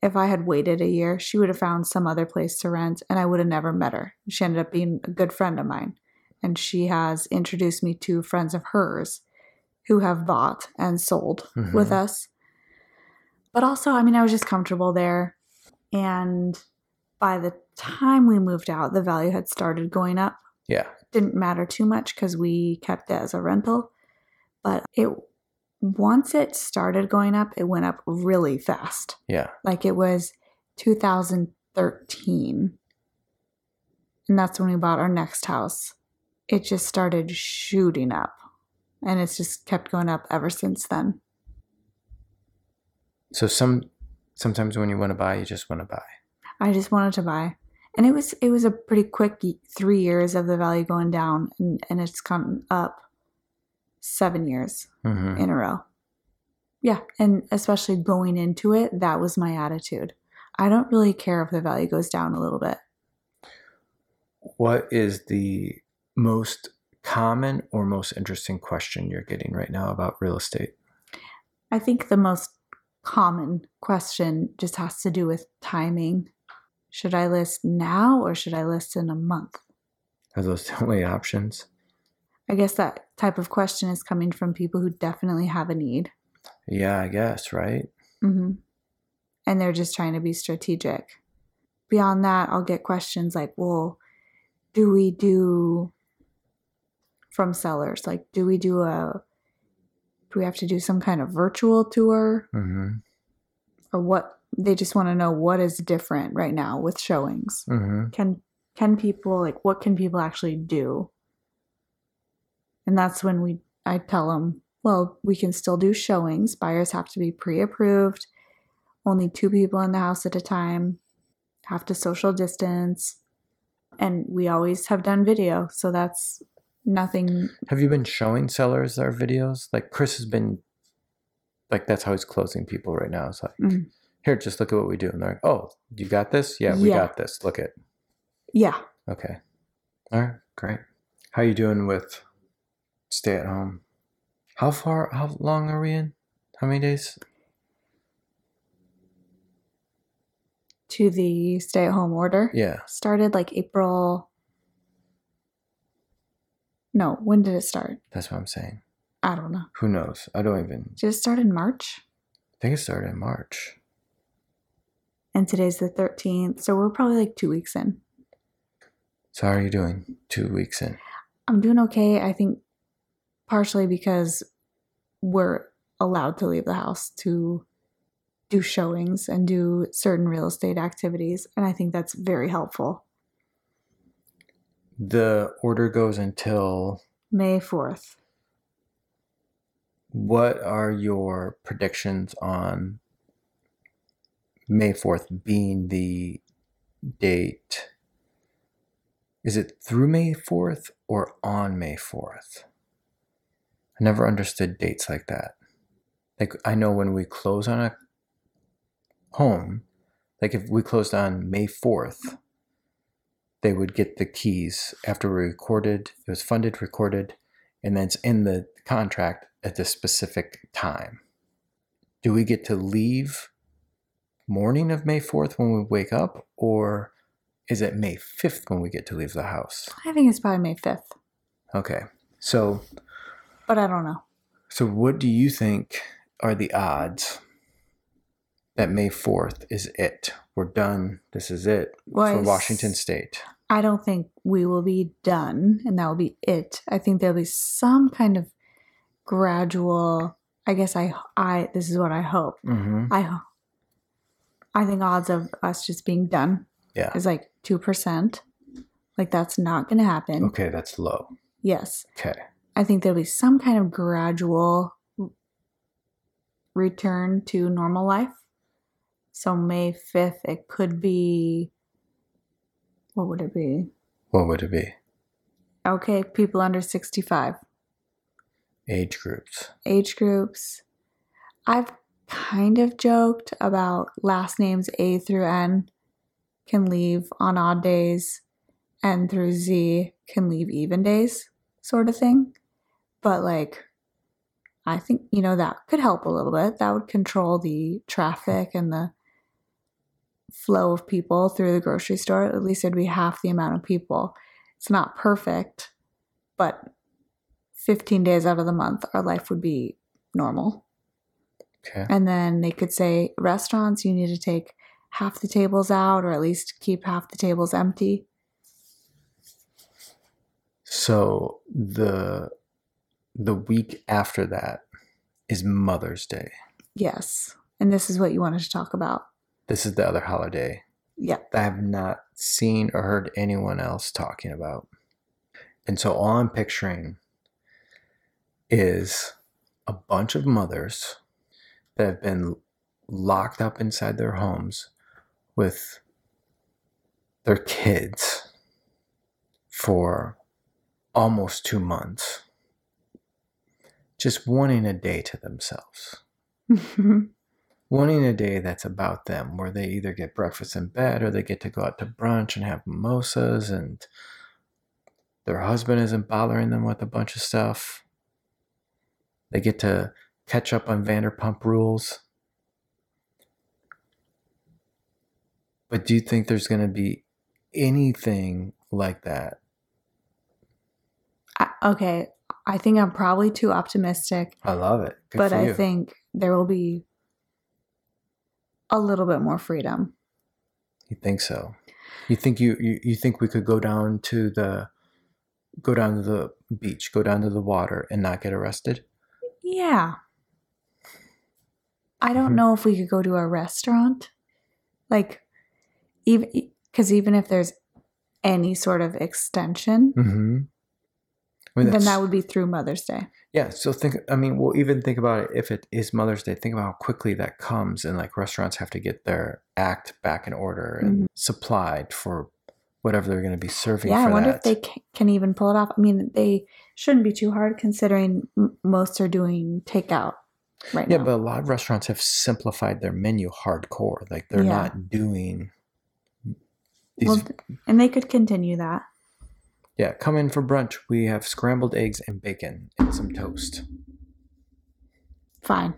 S2: If I had waited a year, she would have found some other place to rent, and I would have never met her. She ended up being a good friend of mine, and she has introduced me to friends of hers who have bought and sold with
S1: Mhm.
S2: us. But also, I mean, I was just comfortable there. And by the time we moved out, the value had started going up.
S1: Yeah.
S2: Didn't matter too much because we kept it as a rental. But it once it started going up, it went up really fast.
S1: Yeah.
S2: Like it was 2013. And that's when we bought our next house. It just started shooting up. And it's just kept going up ever since then.
S1: So some sometimes when you want to buy, you just want to buy.
S2: I just wanted to buy. And it was it was a pretty quick y- three years of the value going down, and, and it's gone up seven years
S1: hmm
S2: in a row. Yeah, and especially going into it, that was my attitude. I don't really care if the value goes down a little bit.
S1: What is the most common or most interesting question you're getting right now about real estate?
S2: I think the most common question just has to do with timing. Should I list now or should I list in a month?
S1: Are those the only options?
S2: I guess that type of question is coming from people who definitely have a need.
S1: Yeah, I guess, right?
S2: hmm And they're just trying to be strategic. Beyond that, I'll get questions like, well, do we do from sellers? Like, do we do a, do we have to do some kind of virtual tour?
S1: hmm
S2: or what they just want to know what is different right now with showings.
S1: Mm-hmm.
S2: Can can people like what can people actually do? And that's when we I tell them, well, we can still do showings. Buyers have to be pre-approved. Only two people in the house at a time. Have to social distance. And we always have done video, so that's nothing
S1: Have you been showing sellers our videos? Like Chris has been, like that's how he's closing people right now. It's like,
S2: Mm.
S1: here, just look at what we do, and they're like, oh, you got this? Yeah, we
S2: Yeah.
S1: got this. Look at.
S2: Yeah.
S1: Okay. All right. Great. How you doing with stay at home? How far? How long are we in? How many days?
S2: To the stay at home order.
S1: Yeah.
S2: Started like April. No, when did it start?
S1: That's what I'm saying.
S2: I don't know.
S1: Who knows? I don't even
S2: Did it start in March?
S1: I think it started in March.
S2: And today's the 13th. So we're probably like two weeks in.
S1: So how are you doing? Two weeks in.
S2: I'm doing okay. I think partially because we're allowed to leave the house to do showings and do certain real estate activities. And I think that's very helpful.
S1: The order goes until
S2: May 4th.
S1: what are your predictions on May 4th being the date? Is it through May 4th or on May 4th? I never understood dates like that. Like, I know when we close on a home, like if we closed on May 4th, they would get the keys after we recorded, it was funded, recorded, and then it's in the contract at the specific time. Do we get to leave morning of May 4th when we wake up, or is it May 5th when we get to leave the house?
S2: I think it's probably May 5th,
S1: Okay. So,
S2: but I don't know.
S1: so what do you think are the odds that May 4th is it? We're done. This is it
S2: Well, I
S1: for
S2: s-
S1: Washington state.
S2: I don't think we will be done and that will be it. I think there'll be some kind of gradual I guess I I this is what I hope.
S1: Mm-hmm.
S2: I ho- I think odds of us just being done
S1: Yeah.
S2: is like 2%. Like that's not going to happen.
S1: Okay. That's low.
S2: Yes.
S1: Okay.
S2: I think there'll be some kind of gradual r- return to normal life. So May 5th it could be what would it be?
S1: What would it be?
S2: Okay, people under 65,
S1: Age groups.
S2: age groups. I've kind of joked about last names A through N can leave on odd days, N through Z can leave even days, sort of thing. But like, I think, you know, that could help a little bit. That would control the traffic and the flow of people through the grocery store. At least it'd be half the amount of people. It's not perfect, but 15 days out of the month, our life would be normal.
S1: Okay.
S2: And then they could say, restaurants, you need to take half the tables out or at least keep half the tables empty.
S1: So the the week after that is Mother's Day.
S2: Yes. And this is what you wanted to talk about.
S1: This is the other holiday
S2: Yeah.
S1: that I have not seen or heard anyone else talking about. And so all I'm picturing is a bunch of mothers that have been locked up inside their homes with their kids for almost two months, just wanting a day to themselves wanting a day that's about them where they either get breakfast in bed or they get to go out to brunch and have mimosas and their husband isn't bothering them with a bunch of stuff they get to catch up on vanderpump rules but do you think there's going to be anything like that
S2: I, okay. I think I'm probably too optimistic,
S1: i love it Good
S2: but
S1: for
S2: I
S1: you.
S2: think there will be a little bit more freedom.
S1: You think so? You think you, you you think we could go down to the go down to the beach, go down to the water and not get arrested?
S2: Yeah. I don't
S1: Mhm.
S2: know if we could go to a restaurant. Like, even because even if there's any sort of extension,
S1: Mm-hmm. I mean,
S2: then
S1: that's-
S2: that would be through Mother's Day.
S1: yeah. So think. I mean, well, even think about it. If it is Mother's Day, think about how quickly that comes, and like restaurants have to get their act back in order and supplied for whatever they're going to be serving.
S2: Mm-hmm. Yeah, I
S1: for
S2: wonder
S1: that.
S2: if they ca- can even pull it off. I mean, they shouldn't be too hard considering m- most are doing takeout right
S1: Yeah,
S2: now.
S1: but a lot of restaurants have simplified their menu hardcore. Like they're
S2: Yeah.
S1: not doing these.
S2: well, and they could continue that.
S1: yeah, come in for brunch. We have scrambled eggs and bacon and some toast.
S2: Fine,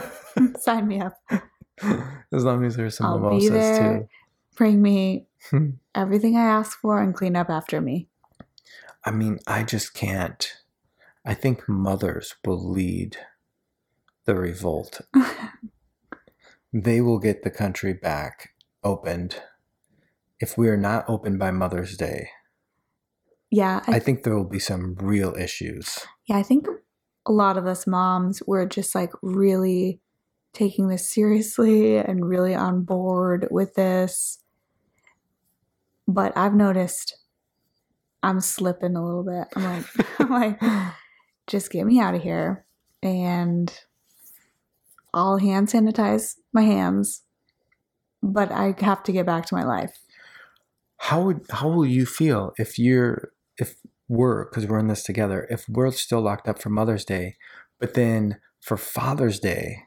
S2: sign me up.
S1: as long as there's some
S2: I'll be
S1: mimosas
S2: there.
S1: too.
S2: Bring me
S1: Hmm.
S2: everything I ask for and clean up after me.
S1: I mean, I just can't. I think mothers will lead the revolt. They will get the country back opened. If we are not open by Mother's Day,
S2: yeah, I
S1: I think there will be some real issues.
S2: Yeah, I think a lot of us moms were just like really taking this seriously and really on board with this. But I've noticed I'm slipping a little bit. I'm like, I'm like, just get me out of here and I'll hand sanitize my hands. But I have to get back to my life.
S1: how would how will you feel if you're if we're because we're in this together if we're still locked up for mother's day but then for father's day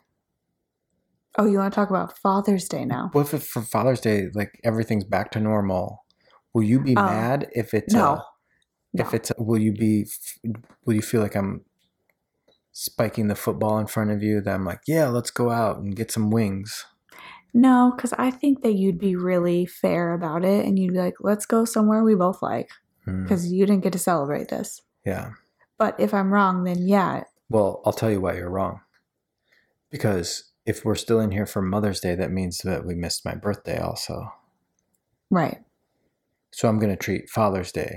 S2: Oh, you want to talk about Father's Day now?
S1: what if for father's day like everything's back to normal will you be
S2: Oh,
S1: mad if it's
S2: no.
S1: a, if
S2: No.
S1: it's a, will you be f- will you feel like i'm spiking the football in front of you that i'm like yeah let's go out and get some wings
S2: No, because I think that you'd be really fair about it and you'd be like, let's go somewhere we both like
S1: Hmm,
S2: because you didn't get to celebrate this.
S1: yeah
S2: But if I'm wrong, then yeah,
S1: Well, I'll tell you why you're wrong. Because if we're still in here for Mother's Day, that means that we missed my birthday also.
S2: right.
S1: So I'm going to treat Father's Day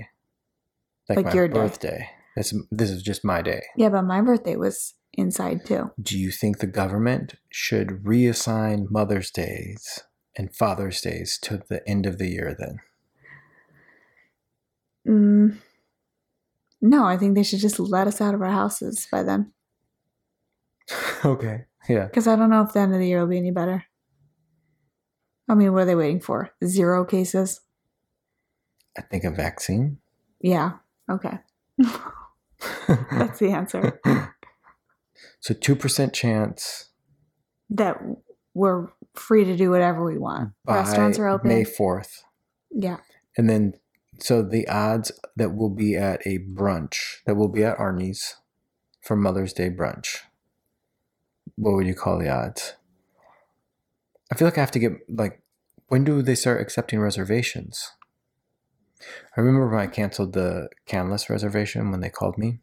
S1: like,
S2: Like
S1: my
S2: your day.
S1: birthday. This, this is just my day.
S2: Yeah, but my birthday was inside too.
S1: Do you think the government should reassign Mother's Days and Father's Days to the end of the year then?
S2: Mm. No, I think they should just let us out of our houses by then
S1: okay. Yeah.
S2: because I don't know if the end of the year will be any better. I mean, what are they waiting for? Zero cases?
S1: I think a vaccine.
S2: Yeah. Okay. That's the answer.
S1: so 2% chance
S2: that we're free to do whatever we want.
S1: by
S2: Restaurants are open.
S1: May 4th.
S2: yeah.
S1: And then, so the odds that we'll be at a brunch, that we'll be at Arnie's for Mother's Day brunch, what would you call the odds? I feel like I have to get, like, when do they start accepting reservations? I remember when I canceled the canless reservation when they called me.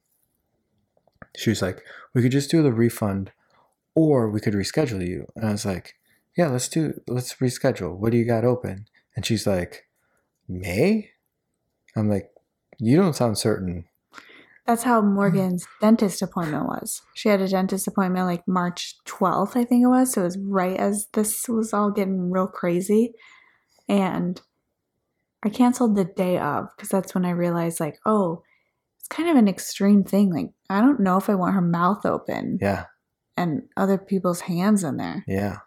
S1: She was like, we could just do the refund or we could reschedule you. And I was like, yeah, let's do, let's reschedule. What do you got open? And she's like, May? I'm like, you don't sound certain.
S2: That's how Morgan's dentist appointment was. She had a dentist appointment like March 12th, I think it was. So it was right as this was all getting real crazy. And I canceled the day of because that's when I realized, like, oh, it's kind of an extreme thing. Like, I don't know if I want her mouth open
S1: Yeah,
S2: and other people's hands in there.
S1: yeah.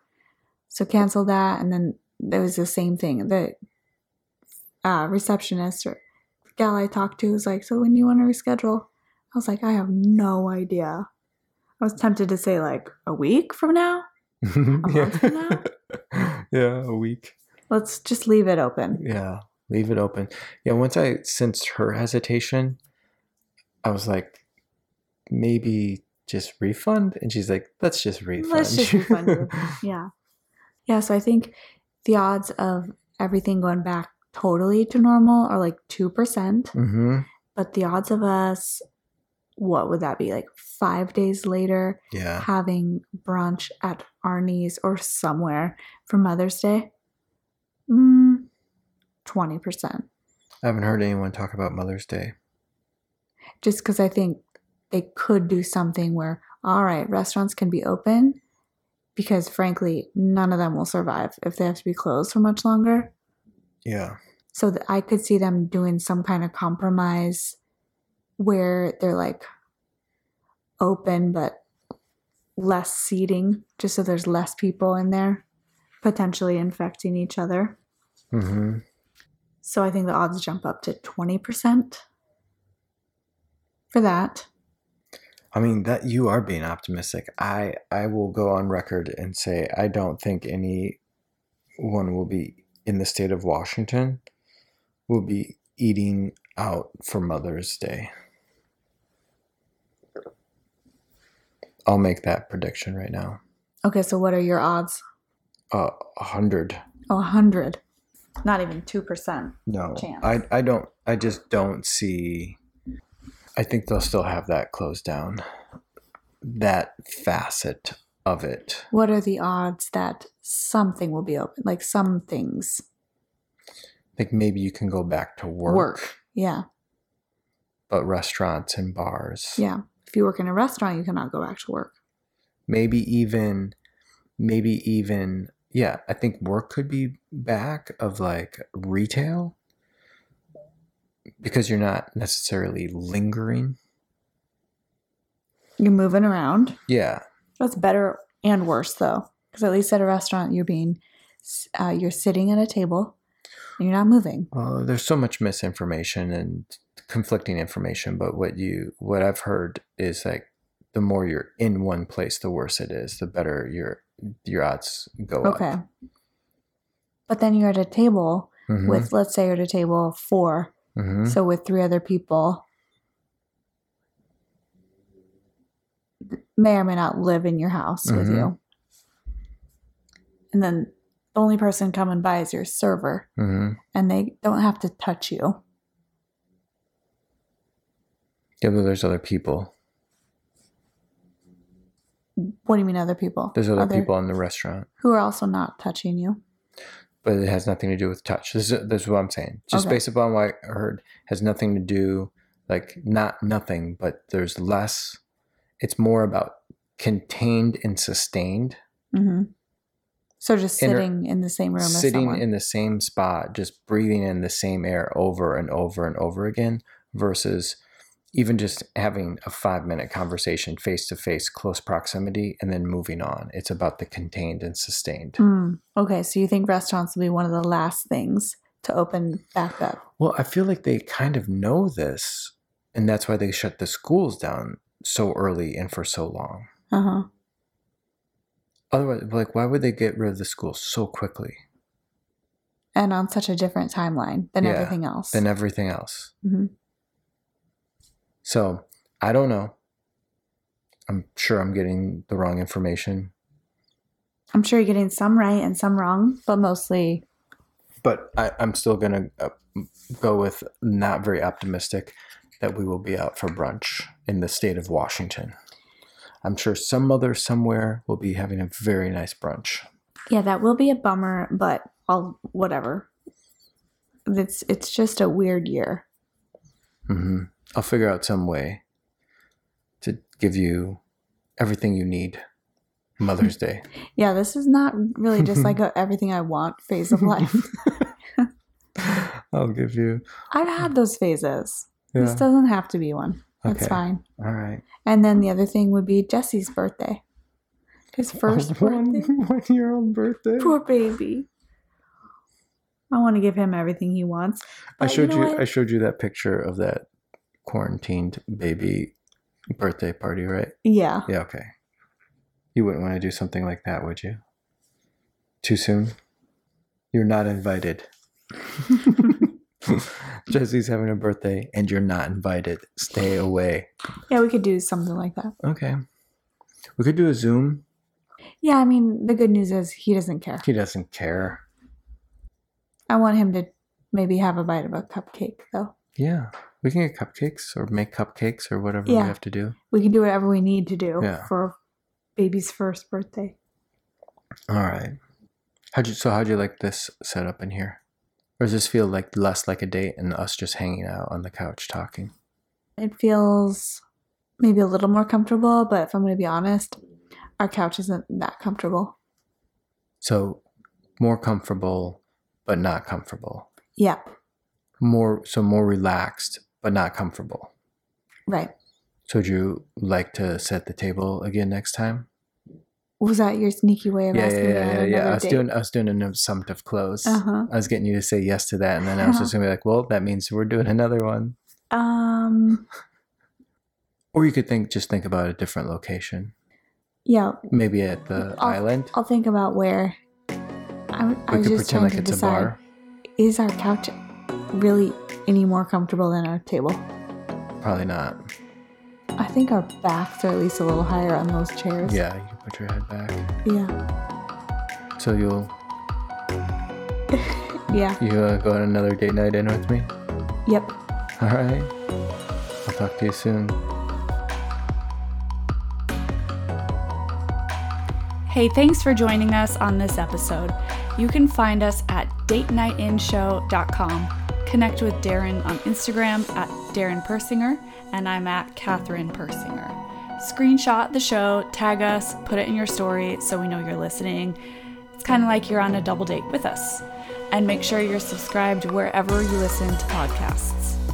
S2: So cancel that, and then there was the same thing. The uh, receptionist or the gal I talked to was like, "So when do you want to reschedule?" I was like, "I have no idea." I was tempted to say like a week from now. month from
S1: yeah. yeah, a week.
S2: Let's just leave it open.
S1: Yeah, leave it open. Yeah, once I sensed her hesitation, I was like, maybe just refund? And she's like, let's just refund.
S2: Let's just refund you. Yeah, yeah. So I think the odds of everything going back totally to normal are like two percent,
S1: hmm
S2: but the odds of us, what would that be like? Five days later,
S1: Yeah.
S2: having brunch at Arnie's or somewhere for Mother's Day? Mm, 20%.
S1: I haven't heard anyone talk about Mother's Day.
S2: Just because I think they could do something where, all right, restaurants can be open because frankly, none of them will survive if they have to be closed for much longer.
S1: Yeah.
S2: So that I could see them doing some kind of compromise where they're like open but less seating, just so there's less people in there potentially infecting each other.
S1: Mm-hmm.
S2: So I think the odds jump up to 20% for that.
S1: I mean that you are being optimistic. I I will go on record and say I don't think any one will be in the state of Washington will be eating out for Mother's Day. I'll make that prediction right now.
S2: Okay, so what are your odds?
S1: Uh, a hundred.
S2: Oh, 100. Not even 2%.
S1: No,
S2: Chance.
S1: I I don't. I just don't see. I think they'll still have that closed down. That facet of it.
S2: What are the odds that something will be open? Like some things.
S1: I think maybe you can go back to work,
S2: Yeah,
S1: but restaurants and bars.
S2: yeah. If you work in a restaurant, you cannot go back to work.
S1: maybe even maybe even yeah i think work could be back of like retail because you're not necessarily lingering
S2: You're moving around.
S1: yeah
S2: That's better and worse though, because at least at a restaurant, you're being, s- uh, you're sitting at a table, and you're not moving.
S1: well there's so much misinformation and conflicting information but what you what i've heard is like the more you're in one place the worse it is the better your your odds go up
S2: Okay. But then you're at a table
S1: Mhm,
S2: with, let's say, you're at a table of 4
S1: mhm.
S2: so with three other people. th- May or may not live in your house with
S1: Mhm.
S2: you. And then the only person coming by is your server.
S1: Mhm.
S2: and they don't have to touch you.
S1: yeah but there's other people
S2: What do you mean, other people?
S1: there's other people in the restaurant
S2: who are also not touching you.
S1: but it has nothing to do with touch. This is, this is what I'm saying. Just
S2: Okay.
S1: based upon what I heard, has nothing to do like not nothing, but there's less. It's more about contained and sustained,
S2: hmm So just
S1: Inter-
S2: sitting in the same room as
S1: sitting
S2: someone.
S1: in the same spot, just breathing in the same air over and over and over again, versus even just having a five minute conversation face to face, close proximity, and then moving on. It's about the contained and sustained.
S2: Mm. Okay, so you think restaurants will be one of the last things to open back up?
S1: Well, I feel like they kind of know this, and that's why they shut the schools down so early and for so long.
S2: Uh huh.
S1: Otherwise, like, why would they get rid of the schools so quickly
S2: And on such a different timeline than
S1: Yeah,
S2: everything else.
S1: than e- everything else?
S2: Mhm.
S1: So I don't know. I'm sure I'm getting the wrong information,
S2: I'm sure you're getting some right and some wrong, but mostly
S1: but I, I'm still gonna uh, go with not very optimistic that we will be out for brunch in the state of Washington. I'm sure some mother somewhere will be having a very nice brunch.
S2: Yeah, that will be a bummer, but I'll whatever. It's it's just a weird year.
S1: Mm-hmm. I'll figure out some way to give you everything you need Mother's Day.
S2: Yeah, this is not really just like a everything I want phase of life.
S1: I'll give you.
S2: I've had those phases. This
S1: Yeah.
S2: doesn't have to be one. That's
S1: Okay.
S2: fine.
S1: All right.
S2: And then the other thing would be Jesse's birthday. His first birthday.
S1: one year old birthday.
S2: Poor baby. I want to give him everything he wants.
S1: I
S2: But you
S1: showed
S2: know
S1: you.
S2: what?
S1: I showed you that picture of that quarantined baby birthday party, right?
S2: Yeah.
S1: Yeah. Okay. You wouldn't want to do something like that, would you? Too soon. You're not invited. Jesse's having a birthday, and you're not invited. Stay away.
S2: Yeah, we could do something like that.
S1: Okay. We could do a Zoom.
S2: Yeah, I mean, the good news is he doesn't care.
S1: He doesn't care.
S2: I want him to maybe have a bite of a cupcake, though.
S1: Yeah. We can get cupcakes or make cupcakes or whatever
S2: Yeah.
S1: we have to do.
S2: We can do whatever we need to do
S1: Yeah.
S2: for baby's first birthday.
S1: All right. How'd you so how'd you like this setup in here? Or does this feel like less like a date and us just hanging out on the couch talking?
S2: It feels maybe a little more comfortable, but if I'm going to be honest, Our couch isn't that comfortable.
S1: So more comfortable, but not comfortable.
S2: Yeah,
S1: More so more relaxed, but not comfortable.
S2: right.
S1: So would you like to set the table again next time?
S2: Was that your sneaky way of
S1: yeah, yeah,
S2: asking me
S1: yeah,
S2: on
S1: yeah,
S2: another
S1: yeah. I was
S2: date?
S1: doing I was doing an assumptive close.
S2: Uh-huh.
S1: I was getting you to say yes to that, and then I was just gonna be like, "Well, that means we're doing another one."
S2: Um,
S1: Or you could think, just think about a different location,
S2: yeah,
S1: maybe at the
S2: I'll-
S1: island.
S2: I'll think about where. I'm, I
S1: we
S2: was
S1: could
S2: just
S1: pretend
S2: trying
S1: like
S2: to
S1: it's a
S2: decide,
S1: bar.
S2: is our couch really any more comfortable than our table?
S1: Probably not.
S2: I think our backs are at least a little higher on those chairs.
S1: Yeah, you can put your head back.
S2: Yeah.
S1: So you'll
S2: Yeah.
S1: you uh, go on another date night in with me.
S2: Yep.
S1: All right. I'll talk to you soon.
S3: Hey, thanks for joining us on this episode. You can find us at datenightinshow.com. Connect with Darren on Instagram at Darren Persinger, and I'm at Catherine Persinger. Screenshot the show, tag us, put it in your story so we know you're listening. It's kind of like you're on a double date with us. And make sure you're subscribed wherever you listen to podcasts.